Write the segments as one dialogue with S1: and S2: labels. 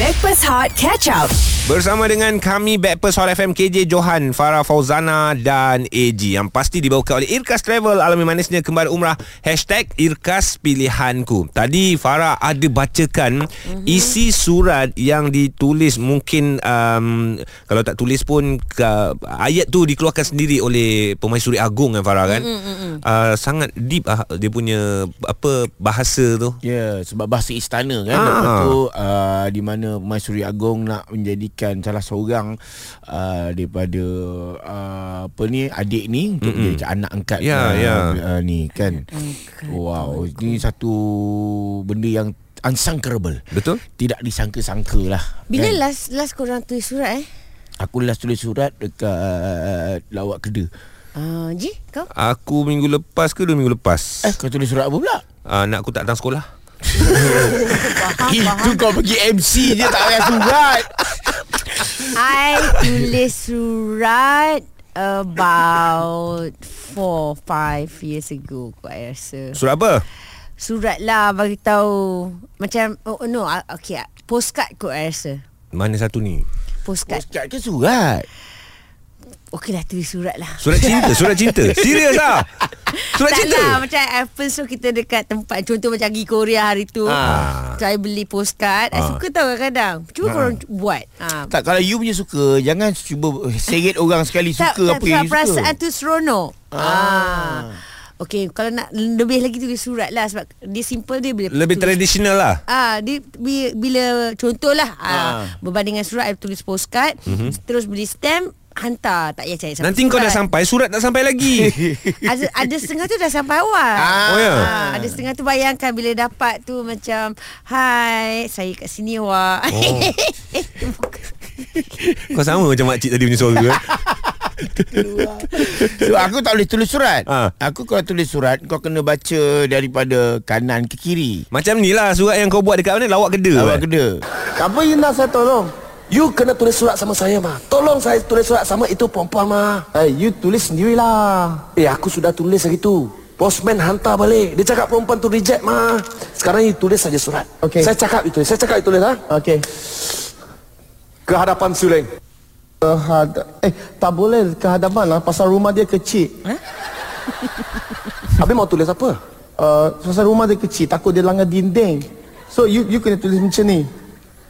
S1: Backpass Hot Catch Up.
S2: Bersama dengan kami Backpers Hot FM KJ Johan, Farah Fauzana dan AG Yang pasti dibawakan oleh Irkas Travel Alami manisnya kembali umrah Hashtag Irkas Pilihanku Tadi Farah ada bacakan mm-hmm. Isi surat yang ditulis mungkin um, Kalau tak tulis pun ke, Ayat tu dikeluarkan sendiri oleh Pemaisuri Agong kan Farah kan mm-hmm. uh, Sangat deep ah, dia punya apa bahasa tu
S3: Ya, sebab bahasa istana kan.
S2: Ah.
S3: Ah. Lepas tu uh, di mana Maisuri Agong nak menjadikan salah seorang uh, daripada uh, apa ni adik ni untuk mm-hmm. menjadi anak angkat
S2: Ya,
S3: uh,
S2: ya.
S3: Uh, ni kan. Wow, ini satu benda yang unsangkable.
S2: Betul?
S3: Tidak disangka-sangka lah.
S4: Bila
S3: kan?
S4: last last korang tulis surat eh?
S3: Aku last tulis surat dekat lawak kedai.
S4: Ah, Ji, kau?
S2: Aku minggu lepas ke dua minggu lepas
S3: Eh, kau tulis surat apa pula?
S2: uh, Nak aku tak datang sekolah
S3: Itu kau pergi MC je tak payah surat.
S4: I tulis surat about 4 5 years ago kot I rasa.
S2: Surat apa?
S4: Surat lah bagi tahu macam oh, no ah, okay ah, postcard kot I rasa.
S2: Mana satu ni?
S4: Postcard.
S3: Postcard ke surat?
S4: Okey lah tulis surat lah.
S2: Surat cinta Surat cinta Serius lah Surat
S4: tak
S2: cinta
S4: lah macam I first tu kita dekat tempat Contoh macam pergi Korea hari tu ah.
S3: Ah.
S4: So I beli postcard ah. I
S2: Ah.
S4: suka tau kadang-kadang Cuba ah. korang buat ah.
S3: Tak kalau you punya suka Jangan cuba eh, Seret orang sekali Suka
S4: tak,
S3: apa yang you
S4: perasaan
S3: suka
S4: tu seronok. Ah.
S3: Ah.
S4: Okey, kalau nak lebih lagi tulis surat lah sebab dia simple dia bila
S2: Lebih
S4: tulis-
S2: tradisional lah
S4: Ah, dia bila, bila contohlah ah.
S3: Ah.
S4: berbanding dengan surat I tulis postcard, mm-hmm. terus beli stamp hantar tak payah cari sampai
S2: Nanti kau dah
S4: surat.
S2: sampai Surat tak sampai lagi
S4: ada ada setengah tu dah sampai awal.
S3: Ah.
S2: Oh, ya?
S4: Ah, ada setengah tu bayangkan bila dapat tu macam hai, saya kat sini wah.
S2: Oh.
S4: Bukan.
S2: Kau sama macam makcik tadi punya suara eh?
S3: so, Aku tak boleh tulis surat
S2: Ah.
S3: Aku kalau tulis surat Kau kena baca Daripada kanan ke kiri
S2: Macam ni lah Surat yang kau buat dekat mana Lawak kedai
S3: Awak
S2: eh?
S3: kena
S5: Apa you nak saya tolong? You kena tulis surat sama saya, Ma. Tolong saya tulis surat sama itu perempuan, Ma. Eh, you tulis sendirilah. Eh, aku sudah tulis hari tu. Postman hantar balik. Dia cakap perempuan tu reject, Ma. Sekarang you tulis saja surat.
S6: Okey.
S5: Saya cakap you tulis. Saya cakap you tulis, ha?
S6: Okey.
S5: Ke hadapan Suleng.
S6: Ke had- eh tak boleh ke hadapan lah pasal rumah dia kecil.
S5: Habis mau tulis apa?
S6: Uh, pasal rumah dia kecil takut dia langgar dinding. So you you kena tulis macam ni.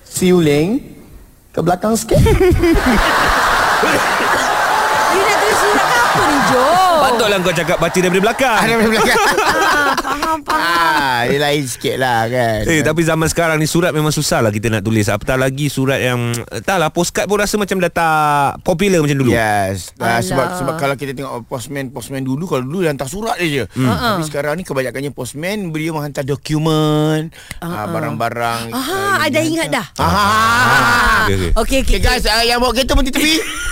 S6: Siuling ke belakang sikit.
S4: You nak tulis surat ke apa ni, Jo?
S2: Patutlah kau cakap Baca daripada belakang
S3: Ada belakang
S4: Ah, faham, faham.
S3: ah, Dia lain sikit lah kan
S2: Eh tapi zaman sekarang ni Surat memang susah lah kita nak tulis Apatah lagi surat yang Entahlah postcard pun rasa macam dah tak Popular macam dulu
S3: Yes
S4: Alah.
S3: ah, Sebab sebab kalau kita tengok oh, postman Postman dulu Kalau dulu dia hantar surat dia je hmm. Tapi sekarang ni kebanyakannya postman Dia menghantar dokumen ah, Barang-barang
S4: Ah, I dah ingat dah.
S3: Ah.
S2: Okey, okey.
S4: Okey, okey.
S3: Okay guys ah, Yang bawa kereta berhenti tepi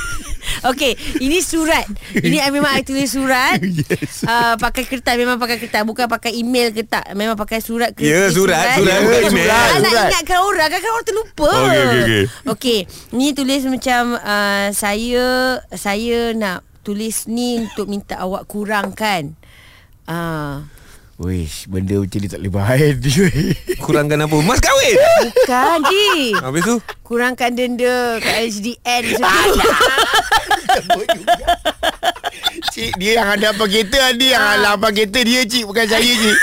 S4: Okey, ini surat. Ini I memang I tulis surat. yes. Uh, pakai kertas, memang pakai kertas, bukan pakai email ke tak. Memang pakai surat ke.
S2: Ya, surat,
S4: Ya,
S2: surat,
S3: bukan email.
S4: surat. Nak
S3: Surat.
S4: ingatkan orang, kan orang terlupa.
S2: Okey, okey, okey.
S4: Okey, ni tulis macam uh, saya saya nak tulis ni untuk minta awak kurangkan. Ah,
S3: Wish Benda macam ni tak boleh bahaya dia
S2: Kurangkan apa Mas kahwin
S4: bukan Ji.
S2: Habis tu
S4: Kurangkan denda kat HDN sebab
S3: Cik dia yang ada apa kereta Dia
S4: Ah.
S3: yang ada apa kereta dia cik Bukan saya cik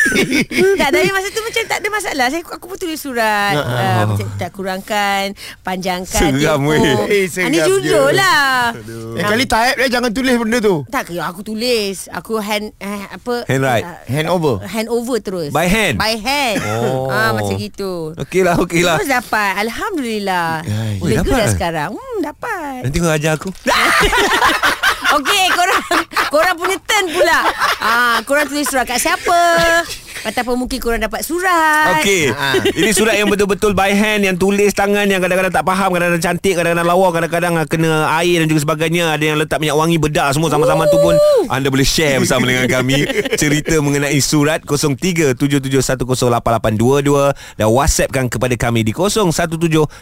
S4: tak tapi masa tu macam tak ada masalah saya aku pun tulis surat uh, macam tak kurangkan panjangkan
S2: Ha, Seram,
S4: tempoh.
S3: weh. Eh,
S4: Ah, ni
S3: seram
S4: jujur
S3: dia.
S4: lah
S3: Yang kali type dia Jangan tulis benda tu
S4: tak ke aku tulis aku hand eh, apa
S2: Handwrite.
S3: Hand over
S4: uh, hand over terus
S2: By hand?
S4: by hand
S2: Oh.
S4: ah macam gitu
S2: Okey lah okey lah
S4: terus dapat alhamdulillah
S3: Ay.
S2: Oi,
S4: lega
S2: dapat.
S4: dah sekarang hmm dapat
S2: Nanti kau ajar aku
S4: Okey, korang korang punya turn pula. Ah, korang tulis surat kat siapa? Betapa mungkin korang dapat surat.
S2: Okey.
S3: Ah.
S2: Ini surat yang betul-betul by hand yang tulis tangan yang kadang-kadang tak faham, kadang-kadang cantik, kadang-kadang lawa, kadang-kadang ah, kena air dan juga sebagainya. Ada yang letak minyak wangi bedak semua sama-sama tu pun anda boleh share bersama dengan kami cerita mengenai surat 0377108822 dan WhatsAppkan kepada kami di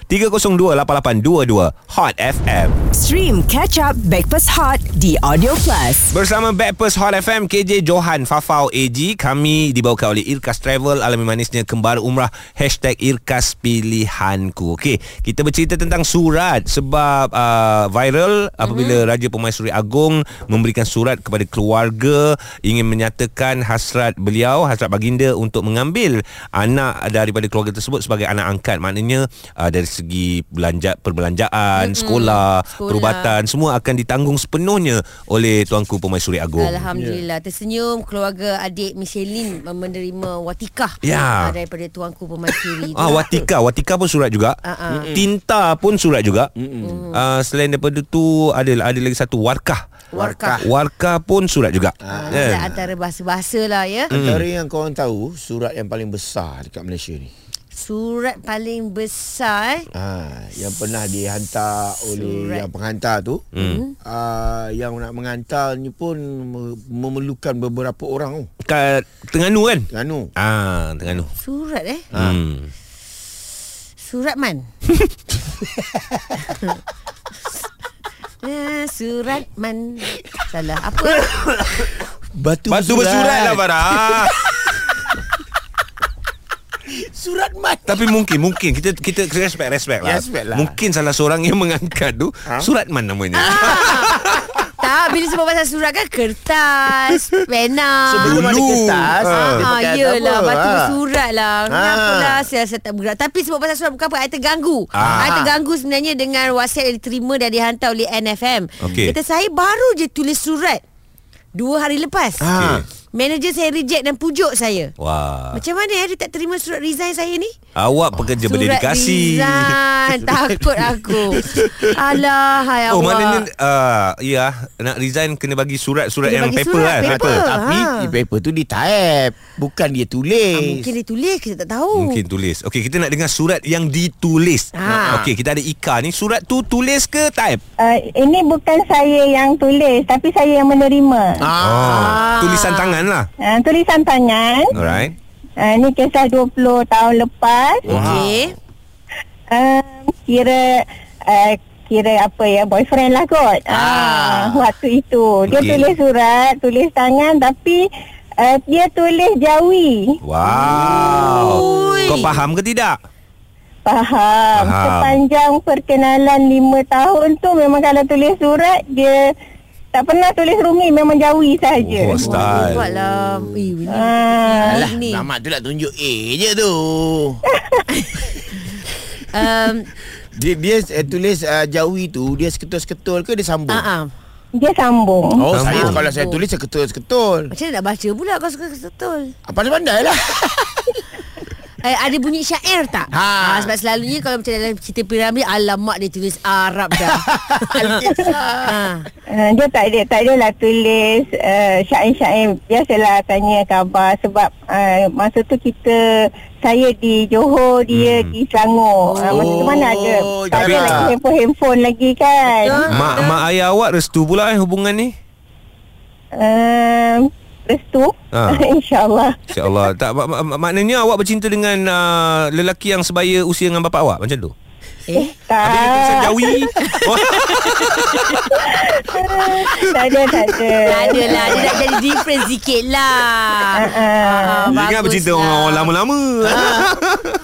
S2: 0173028822 Hot FM.
S1: Stream Catch Up Backpass Hot di Audio Plus.
S2: Bersama Backpers Hot FM KJ Johan Fafau AG kami dibawakan oleh Irkas Travel Alami Manisnya Kembara Umrah Hashtag Irkas Pilihanku Okey Kita bercerita tentang surat Sebab uh, viral Apabila mm-hmm. Raja Pemaisuri Agong Memberikan surat kepada keluarga Ingin menyatakan hasrat beliau Hasrat baginda Untuk mengambil Anak daripada keluarga tersebut Sebagai anak angkat Maknanya uh, Dari segi belanja, perbelanjaan mm-hmm. sekolah, sekolah
S4: Sekolah.
S2: Perubatan Semua akan ditanggung sepenuhnya Oleh Tuanku Pemaisuri Agong
S4: Alhamdulillah yeah. Tersenyum keluarga adik Michelin Menerima watikah ah,
S2: Ya.
S4: Daripada Tuanku Pemaisuri
S2: Ah Watika, Watika pun surat juga.
S4: Ah, Oh. ah.
S2: Mm-mm. Tinta pun surat juga. Uh, selain daripada tu ada ada lagi satu Warkah.
S4: Warkah.
S2: Warkah pun surat juga.
S4: Ah,
S2: Kan?
S4: yeah. Antara bahasa-bahasa lah ya
S2: Mm.
S3: Antara yang korang tahu Surat yang paling besar Dekat Malaysia ni
S4: Surat paling besar eh
S3: ha, Yang pernah dihantar Oleh
S4: Surat.
S3: yang penghantar tu hmm. uh, Yang nak menghantar ni pun me- Memerlukan beberapa orang tu
S2: Kat Terengganu kan?
S3: Terengganu
S2: Ah, Terengganu.
S4: Surat eh
S2: Hmm.
S4: Surat man Eh, Surat man Salah Apa
S3: Batu,
S2: Batu bersurat lah Farah Ah,
S3: Surat mat
S2: Tapi mungkin Mungkin Kita kita respect Respect lah
S3: Respect lah.
S2: Mungkin salah seorang yang mengangkat tu ha? Suratman namanya
S4: Tak Bila sebut pasal surat kan Kertas Pena
S3: Sebelum ada
S2: Dulu.
S3: Ah, kertas
S2: Ah.
S3: dia
S4: Ah,
S3: pakai
S4: yelah
S3: apa,
S4: Batu
S3: ah.
S4: bersurat lah Kenapalah saya, saya tak bergerak Tapi sebab pasal surat Bukan apa Saya terganggu
S2: Ah.
S4: Saya terganggu sebenarnya Dengan whatsapp yang diterima Dan dihantar oleh NFM
S2: Okey.
S4: Kata saya baru je tulis surat Dua hari lepas
S2: Ah.
S4: Manager saya reject dan pujuk saya
S2: Wah
S4: Macam mana eh Dia tak terima surat resign saya ni
S2: Awak pekerja berdedikasi
S4: resign Takut aku Alah Hai Allah Ah,
S2: Oh maknanya uh, Ya Nak resign Kena bagi surat-surat
S4: Kena
S2: Yang
S4: bagi
S2: paper
S4: surat,
S2: kan
S4: paper.
S2: Betul.
S3: Tapi
S4: Ah.
S3: di paper tu dia type Bukan dia tulis
S4: ah, Mungkin dia tulis Kita tak tahu
S2: Mungkin tulis Okey kita nak dengar surat yang ditulis
S4: Ah.
S2: Okey kita ada Ika ni Surat tu tulis ke type?
S7: Uh, ini bukan saya yang tulis tapi saya yang menerima.
S2: Ah. Oh, tulisan tangan lah
S7: Uh, tulisan tangan.
S2: Alright
S7: Uh, ini kisah 20 tahun lepas.
S4: Okey
S7: Uh, kira uh, kira apa ya boyfriend lah kot.
S4: Ah.
S7: Ah waktu itu dia
S2: Okey.
S7: tulis surat, tulis tangan tapi uh, dia tulis Jawi.
S2: Wow
S4: Ui.
S2: Kau faham ke tidak? Faham.
S7: Faham. Sepanjang perkenalan 5 tahun tu memang kalau tulis surat dia tak pernah tulis rumi memang Jawi saja.
S2: Oh, style
S4: Buat lah Eh ni
S7: Ah.
S4: Alah,
S3: Alah,
S4: ni.
S3: lah, Rahmat tu nak tunjuk A je tu.
S4: um,
S3: dia dia eh, tulis uh, jawi tu, dia seketul-seketul ke dia sambung?
S4: ah, ah.
S7: Dia sambung.
S3: Oh, saya
S2: Sambung.
S3: kalau saya tulis seketul-seketul.
S4: Macam mana nak baca pula Kau suka kesetul
S3: Pandai-pandai lah.
S4: eh, Ada bunyi syair tak?
S3: Ha.
S4: Ah, sebab selalunya Kalau macam dalam cerita piramid Alamak dia tulis Arab dah ah.
S7: Uh, dia tak ada tak adalah tulis uh, syair-syair biasalah tanya khabar sebab uh, masa tu kita saya di Johor dia hmm. di Selangor uh, masa tu mana ada
S3: Oh,
S7: tak ada
S3: tapi-
S7: lagi handphone-handphone lagi kan
S4: Betul.
S2: Mak, mak ayah awak restu pula eh hubungan ni
S7: um, restu
S2: Ah.
S7: ha. insyaallah
S2: InsyaAllah tak, mak, mak, Maknanya awak bercinta dengan uh, Lelaki yang sebaya usia dengan bapak awak Macam tu
S4: Eh
S2: Habis dia tulisan
S7: tak
S2: jawi oh,
S7: tak ada tak ada
S4: Tak ada lah Dia nak jadi different sikit lah ah,
S2: Dia ingat
S4: bagus
S2: bercinta
S4: lah.
S2: orang lama-lama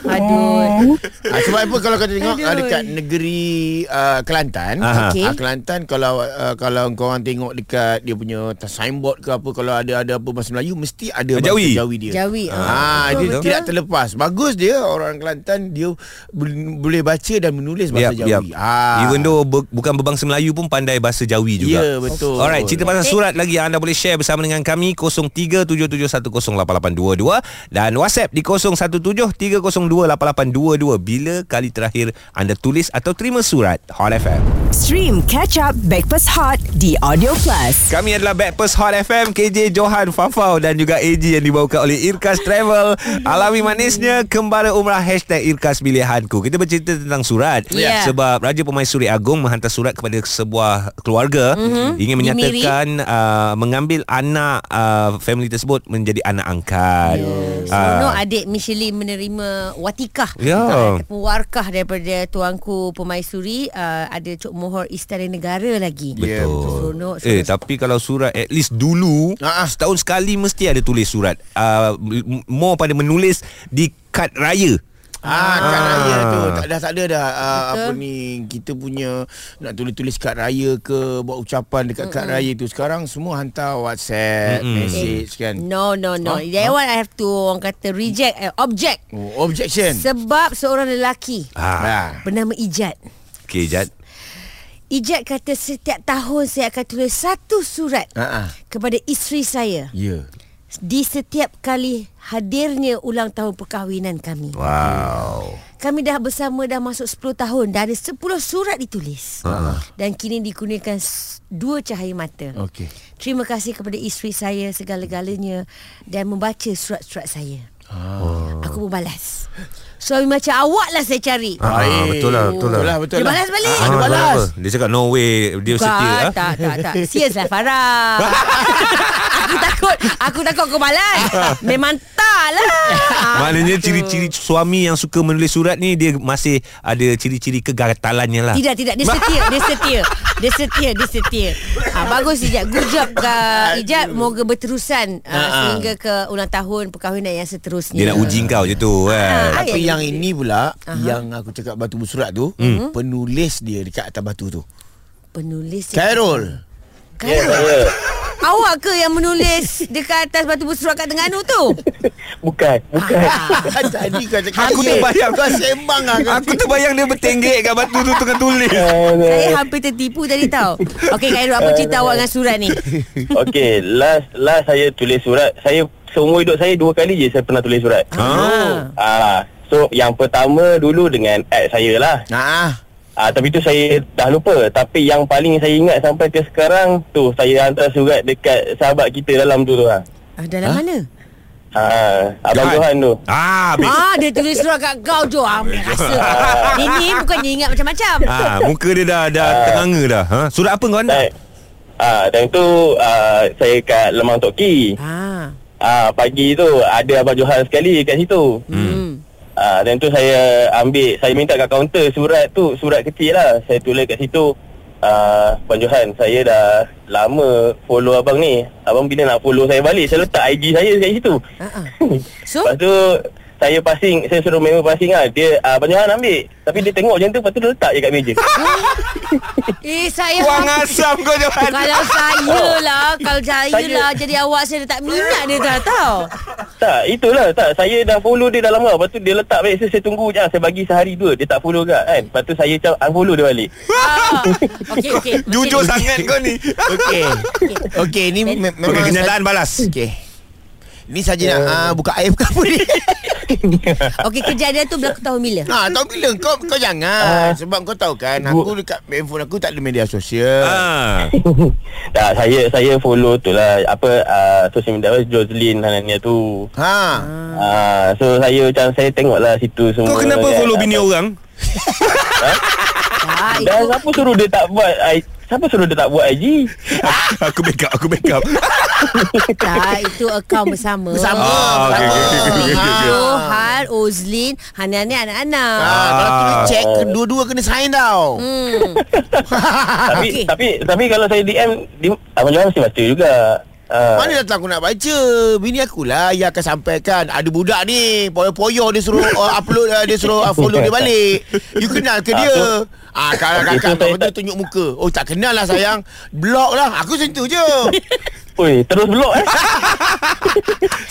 S4: Ah. Aduh
S3: ha, sebab apa kalau kau tengok ah, dekat negeri uh, Kelantan,
S2: Aha.
S4: Okey.
S3: ah, Kelantan kalau uh, kalau kau orang tengok dekat dia punya signboard ke apa kalau ada ada apa bahasa Melayu mesti ada bahasa
S2: Jawi.
S3: Jawi dia.
S4: Jawi
S3: Ah,
S4: betul,
S3: dia
S4: betul.
S3: tidak terlepas. Bagus dia orang Kelantan dia b- boleh baca dan menulis bahasa
S2: Yap,
S3: Jawi.
S2: yap.
S3: Ah.
S2: Even though bu- bukan berbangsa Melayu pun pandai bahasa Jawi juga.
S3: Ya, betul.
S2: Alright, cerita pasal surat lagi yang anda boleh share bersama dengan kami 0377108822 dan WhatsApp di 0173028822 bila kali terakhir anda tulis atau terima surat Hot FM.
S1: Stream Catch Up Breakfast Hot di Audio Plus.
S2: Kami adalah Backpast Hot FM KJ Johan Fafau dan juga AG yang dibawakan oleh Irkas Travel Alami manisnya Kembara Umrah Hashtag Irkas Pilihanku Kita bercerita tentang surat surat
S4: Ya.
S2: sebab Raja Pemaisuri Agong menghantar surat kepada sebuah keluarga mm-hmm. ingin
S4: Di Miri.
S2: menyatakan uh, mengambil anak uh, family tersebut menjadi anak angkat. Yes.
S4: Seronok adik Michelin menerima watikah
S2: Ah. Ya.
S4: ataupun warkah daripada tuanku Pemaisuri uh, ada cuk mohor istana negara lagi. Ah,
S2: Betul.
S4: Ya, Seronok.
S2: Eh tapi kalau surat at least dulu
S3: Ah, ah.
S2: setahun sekali mesti ada tulis surat. Uh, m- more pada menulis di kad raya.
S3: Ah, kad
S2: Ah.
S3: raya tu tak dah tak ada dah ah,
S4: Betul.
S3: apa ni kita punya nak tulis-tulis kad raya ke buat ucapan dekat kad raya tu sekarang semua hantar WhatsApp, message kan.
S4: No no no.
S3: Ah,
S4: That one I have to orang kata reject uh, object.
S3: Oh, objection.
S4: Sebab seorang lelaki
S2: Ah.
S3: Ah.
S4: bernama Ijat.
S2: Okey Jad.
S4: Ijat kata setiap tahun saya akan tulis satu surat
S3: Ha ah.
S4: kepada isteri saya
S3: Ya.
S4: di setiap kali hadirnya ulang tahun perkahwinan kami.
S2: Wow.
S4: Kami dah bersama dah masuk 10 tahun Dah ada 10 surat ditulis Dan kini dikurniakan s- dua cahaya mata
S3: Okey.
S4: Terima kasih kepada isteri saya segala-galanya Dan membaca surat-surat saya Aku berbalas Suami macam awak lah saya cari
S2: Ah, ah, betul lah, betul lah.
S3: Betul lah, betul
S4: Dia
S3: lah.
S4: balas balik.
S3: Ah, dia
S2: Ah,
S3: balas.
S2: apa? Dia cakap no way dia
S4: Bukan,
S2: setia. ah.
S4: tak, tak, tak. Serius lah Farah. aku takut, aku takut kau balas.
S2: Ah.
S4: Memang tak lah. Ah,
S2: Maknanya
S4: betul.
S2: ciri-ciri suami yang suka menulis surat ni dia masih ada ciri-ciri kegatalannya lah.
S4: Tidak, tidak. Dia setia, dia setia. Dia setia, dia setia. Ah, bagus Ijat. Good job Kak Ijat. Moga berterusan ah, sehingga ke ulang tahun perkahwinan yang seterusnya.
S2: Dia nak uji kau je tu
S4: Ah,
S2: kan.
S3: Tapi
S4: ya,
S3: yang ini pula yang aku cakap batu bersurat tu,
S2: Hmm.
S4: Mhm.
S3: penulis dia dekat atas batu tu.
S4: Penulis.
S3: Khairul.
S4: Khairul. Awak ke yang menulis dekat atas batu bersurat kat Tengganu tu?
S5: Bukan, bukan.
S4: Ah.
S3: Tadi kau cakap
S2: Aku
S3: dia.
S2: terbayang.
S3: Kau sembang lah kau.
S2: Aku terbayang dia bertenggek kat batu tu tengah tulis.
S4: Saya hampir tertipu tadi tau. Okey Khairul, apa cerita awak dengan surat ni?
S8: Okey, last last saya tulis surat. Saya seumur hidup saya dua kali je saya pernah tulis surat.
S2: Ha.
S8: Ah, so yang pertama dulu dengan ex saya lah.
S3: Ah.
S8: Ah, tapi tu saya dah lupa. Tapi yang paling saya ingat sampai ke sekarang tu saya hantar surat dekat sahabat kita dalam tu tu lah.
S4: Ah,
S2: Ha?
S4: dalam mana?
S8: Ah, Abang
S2: Johan.
S8: Johan, tu.
S2: Ah, habis.
S4: Ah, dia tulis surat kat kau Jo. Ah, punya rasa. ni ni bukannya ingat macam-macam.
S2: Ah, muka dia dah dah teranga dah. Ha? Surat apa kau hantar?
S8: Tak. Ah, time tu ah, saya kat Lemang Toki.
S4: Ah.
S8: Ah, pagi tu ada Abang Johan sekali kat situ.
S4: Hmm.
S8: Ah, dan tu saya ambil Saya minta kat kaunter surat tu Surat kecil lah Saya tulis kat situ ah, Abang Johan Saya dah lama follow abang ni Abang bila nak follow saya balik Saya letak IG saya kat situ
S4: Ah, ah. So?
S8: Lepas tu Saya passing Saya suruh member passing lah Dia ah, Abang Johan ambil Tapi dia tengok macam tu Lepas tu dia letak je kat meja
S4: Eh, saya
S2: Wang asam kau Johan.
S4: kalau saya lah,
S2: Oh.
S4: kalau saya
S8: Saya-
S4: lah jadi awak saya dah tak minat dia dah tahu.
S8: Tak itulah tak Saya dah follow dia dah lama Lepas tu dia letak balik So saya tunggu je lah. Saya bagi sehari dua Dia tak follow kat kan Lepas tu saya macam unfollow dia balik
S4: Ah. Okey okey. Macam
S2: Jujur
S4: ni.
S2: sangat kau ni.
S3: Okey. Okey, ni me- memang
S2: Okey, kenyataan balas. Ya.
S3: Okey. Ni saja nak uh, buka air buka apa ni?
S4: Okey kejadian tu berlaku tahun bila?
S3: ha, tahu bila kau kau
S2: Ah.
S3: jangan uh, sebab kau tahu kan aku dekat handphone aku tak ada media sosial.
S2: Ah.
S8: Tak, saya saya follow tu lah apa uh, social media apa, Jocelyn Hanania tu.
S3: Uh, ha.
S8: Ah, so saya macam saya tengok lah situ semua.
S2: Kau kenapa
S8: kan.
S2: follow bini orang?
S4: Ah, itu
S2: lah.
S8: Dan siapa suruh dia tak buat I- siapa suruh dia tak buat IG?
S2: aku backup, aku backup.
S4: tak, ah, itu akaun bersama.
S3: Bersama.
S2: Ah, okey, okey, okey, okey, okey, okey.
S4: Johan, Ozlin, Hanan ni anak-anak.
S2: Ah,
S3: Ha, kalau kena check dua-dua kena sign tau.
S4: Hmm.
S8: tapi
S4: okey.
S8: tapi tapi kalau saya DM di, Abang Johan mesti baca juga. Ah.
S3: Mana datang aku nak baca Bini akulah yang akan sampaikan Ada budak ni Poyo-poyo dia suruh uh, upload uh, Dia suruh uh, follow dia balik You kenal ke dia? Ah, kalau
S8: Okey,
S3: kakak
S8: so saya
S3: kau tu
S8: tak-
S3: tunjuk muka Oh tak kenal lah sayang Block lah Aku sentuh je
S8: Oi, terus blok eh.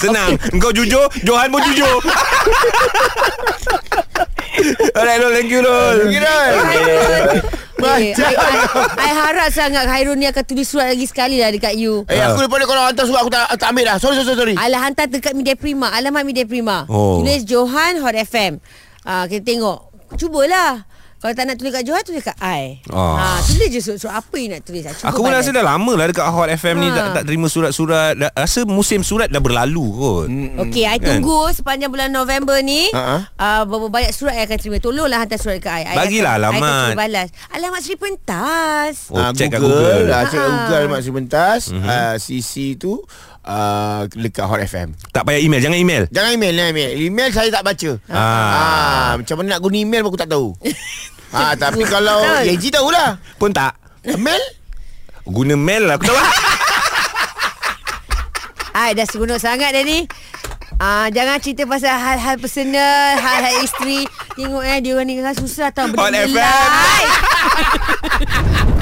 S2: Senang Engkau jujur Johan pun jujur Alright Rol Thank you Rol
S3: Kira
S2: Eh,
S4: Okay, I, I, I harap sangat Khairul ni akan tulis surat lagi sekali lah dekat you.
S3: Eh aku daripada kalau hantar surat Aku tak, tak ambil dah Sorry sorry sorry
S4: Alah hantar dekat Media Prima Alamat Media Prima
S2: Eh. Oh.
S4: Tulis Johan Hot FM Ah Kita tengok Cubalah Kalau tak nak tulis kat Johan Tulis kat I
S2: Ah.
S4: ha, Tulis je surat-surat Apa yang nak tulis Ah, Cuba
S2: Aku pun rasa dah lama lah dekat Hot FM ni
S4: Ha.
S2: tak, tak terima surat-surat dah, Rasa musim surat dah berlalu kot hmm.
S4: Okey, I
S2: Kan?
S4: tunggu sepanjang bulan November ni
S3: Ha-ha.
S4: uh-huh. uh, Berapa banyak surat I akan terima Tolonglah hantar surat dekat I, I
S2: Bagilah
S4: akan, I akan
S2: alamat.
S4: cuba balas Alamat Seri Pentas
S2: Oh,
S3: Ah,
S2: check kat Google. Mm-hmm.
S3: Ah, check kat
S4: Ah.
S3: Google Mak Sri Pentas. Ah, CC tu ah, dekat Hot FM.
S2: Tak payah email Jangan email
S3: Jangan email, jangan email. Email saya tak baca.
S2: Ah.
S3: Ah, macam mana nak guna email pun aku tak tahu. ah, tapi kalau
S4: Betul.
S3: Yeji tahulah.
S2: Pun tak
S3: Email?
S2: Guna mail lah Aku tahu lah
S4: I dah seronok sangat dah ni Ah, jangan cerita pasal hal-hal personal, hal-hal isteri. Tengok eh dia orang ni kan susah tau
S2: Hot
S4: benda ni
S2: FM.
S4: lah.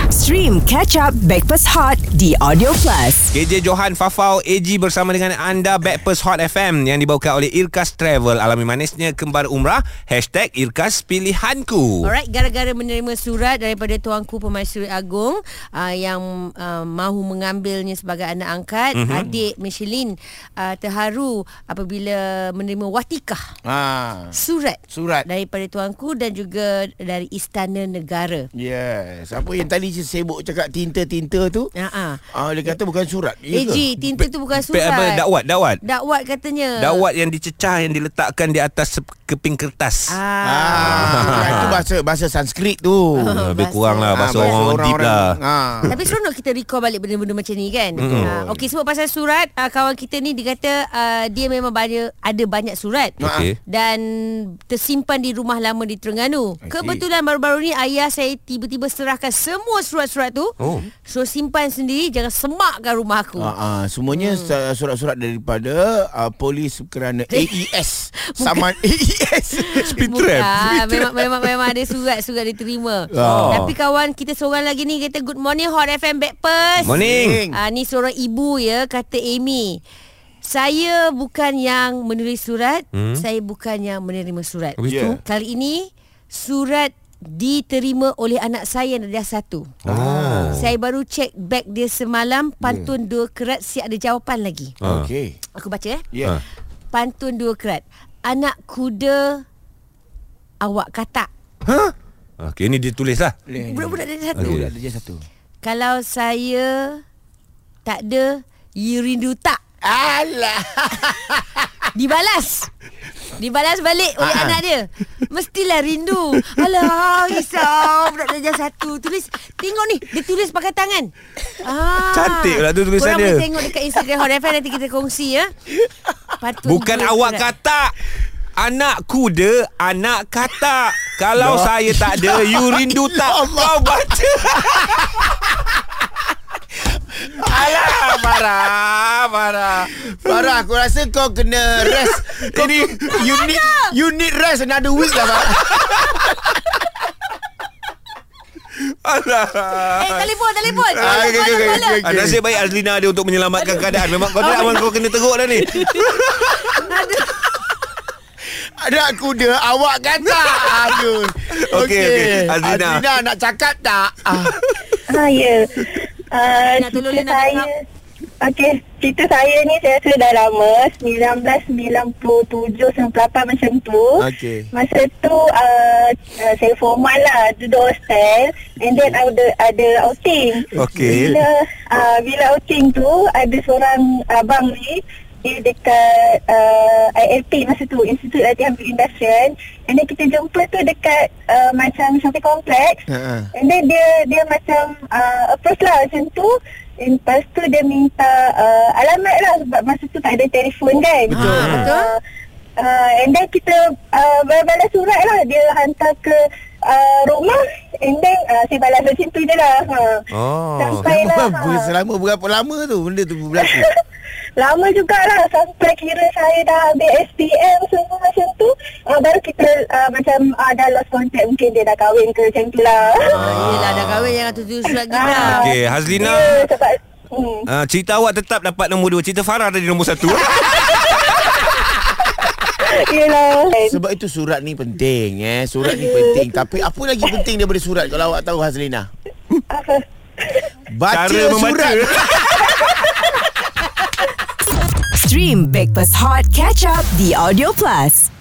S1: Stream Catch Up Backpass Hot di Audio Plus.
S2: KJ Johan Fafau AG bersama dengan anda Backpast Hot FM Yang dibawakan oleh Irkas Travel Alami manisnya kembar umrah Hashtag Irkas Pilihanku
S4: Alright, gara-gara menerima surat daripada tuanku Pemaisuri Agong uh, yang uh, mahu mengambilnya sebagai anak angkat,
S2: Mhm.
S4: mm-hmm. adik Michelin uh, terharu apabila menerima watikah
S3: Ah.
S4: surat
S3: Surat.
S4: daripada tuanku dan juga dari Istana Negara.
S3: Yes. Apa yang tadi je sibuk cakap tinta-tinta tu?
S4: Ha ah.
S3: Ah, dia kata bukan surat. Ya
S4: AG,
S3: ke?
S4: tinta tu bukan
S2: Pe-
S4: surat.
S2: apa, Dakwat Dakwat
S4: Dakwat katanya.
S2: Dawat yang dicecah Yang diletakkan di atas sep- keping kertas ah,
S3: Ah, itu bahasa bahasa Sanskrit tu.
S4: Ah,
S2: Lebih
S4: bahasa-
S2: kurang lah Bahasa orang-orang deep lah
S3: Ah.
S4: Tapi seronok kita recall balik benda-benda macam ni kan. Mm. Ha, Okey sebab pasal surat uh, kawan kita ni dia kata uh, dia memang banyak ada banyak surat. Ah,
S2: Okey.
S4: Dan tersimpan di rumah lama di Terengganu.
S3: I see.
S4: Kebetulan baru-baru ni ayah saya tiba-tiba serahkan semua surat-surat tu.
S2: Oh.
S4: So simpan sendiri jangan semakkan rumah aku.
S3: Ah, ah, semuanya sa- surat-surat daripada ah, polis kerana AES. Saman E AES.
S2: Speed
S4: Bukan.
S2: trap
S4: Ah, memang, memang memang ada surat-surat diterima.
S3: Ah.
S4: Tapi kawan kita seorang lagi ni kata good morning Hot FM Breakfast.
S2: Morning
S4: Ah ni seorang ibu ya kata Amy. Saya bukan yang menulis surat, hmm? saya bukan yang menerima surat.
S2: Habis tu?
S3: Yeah.
S4: Kali ini surat diterima oleh anak saya yang dah satu.
S2: Ah.
S4: Saya baru check bag dia semalam pantun dua kerat siap ada jawapan lagi.
S2: Ah.
S3: Okey.
S4: Aku baca eh.
S3: Ya. Yeah.
S4: Pantun dua kerat. Anak kuda awak katak.
S2: Okay ni dia tulis lah
S4: Budak-budak dah ada satu.
S2: Okey.
S3: Budak ada je satu.
S4: Kalau saya tak ada, you rindu tak?
S3: Alah.
S4: Dibalas Dibalas balik oleh
S3: Ah, ah.
S4: anak dia Mestilah rindu Alah risau Budak darjah satu Tulis Tengok ni Dia tulis pakai tangan ah.
S2: Cantik pula tu tulisan
S4: Korang
S2: dia.
S4: boleh tengok dekat Instagram Hot FM Nanti kita kongsi ya Patut
S2: Bukan
S4: dia
S2: awak
S4: surat.
S2: kata Anak kuda Anak kata Kalau
S3: Ya.
S2: saya tak ada You rindu tak Kau baca Alah Marah Marah
S3: Farah, aku rasa kau kena rest. Kau Ini you need you need rest another week lah, Farah.
S2: Alah
S4: Eh telefon telefon
S3: Ah,
S4: Alah,
S3: okey, okey,
S4: alah,
S3: okey,
S4: alah.
S3: okey.
S2: Ah, Nasib baik Azlina dia untuk menyelamatkan keadaan Memang kau
S4: Oh.
S2: tak Abang kau kena teruk dah ni
S3: Ada kuda awak kan? kata. Aduh.
S2: Okey, okey. Azlina.
S3: Azlina nak cakap tak? Ah.
S7: Ha ya. Uh,
S4: Nak tolong
S7: cerita
S4: Lina
S7: saya
S4: tangkap.
S7: Okey, cerita saya ni saya rasa dah lama 1997 98 macam tu
S3: Okey.
S7: Masa tu uh, uh, saya formal lah duduk hostel And then ada, ada outing
S2: Okey.
S7: Bila, uh, bila outing tu ada seorang abang ni dia dekat uh, ILP masa tu Institut Latihan Perindustrian and then kita jumpa tu dekat uh, macam shopping complex
S3: Ha, ha.
S7: And then dia dia macam uh, approach lah macam tu. And lepas tu dia minta uh, alamat lah sebab masa tu tak ada telefon kan.
S3: Betul.
S7: Ah,
S4: betul.
S7: Uh, and then kita uh, balas surat lah. Dia hantar ke uh, rumah and then uh, saya balas macam tu je lah. Ha.
S2: Oh.
S7: Sampai lah.
S3: Lama,
S7: Ha.
S3: selama berapa lama tu benda tu berlaku?
S7: Lama jugalah sampai kira saya dah ambil SPM semua macam tu uh, Baru kita uh, macam uh, dah lost contact mungkin dia dah kahwin ke macam tu lah
S4: Ah, Yelah dah kahwin Jangan tulis surat gila
S7: Ah.
S2: Okey, Hazlina.
S7: Ya, sebab hmm.
S2: Ah, cerita awak tetap dapat nombor 2 Cerita Farah ada di nombor eh. 1
S7: Yelah
S3: Sebab itu surat ni penting eh. Surat ni penting. Tapi apa lagi penting daripada surat kalau awak tahu Hazlina? Baca
S2: Cara membaca.
S3: surat.
S1: Stream Backpass Hot Catch Up di Audio Plus.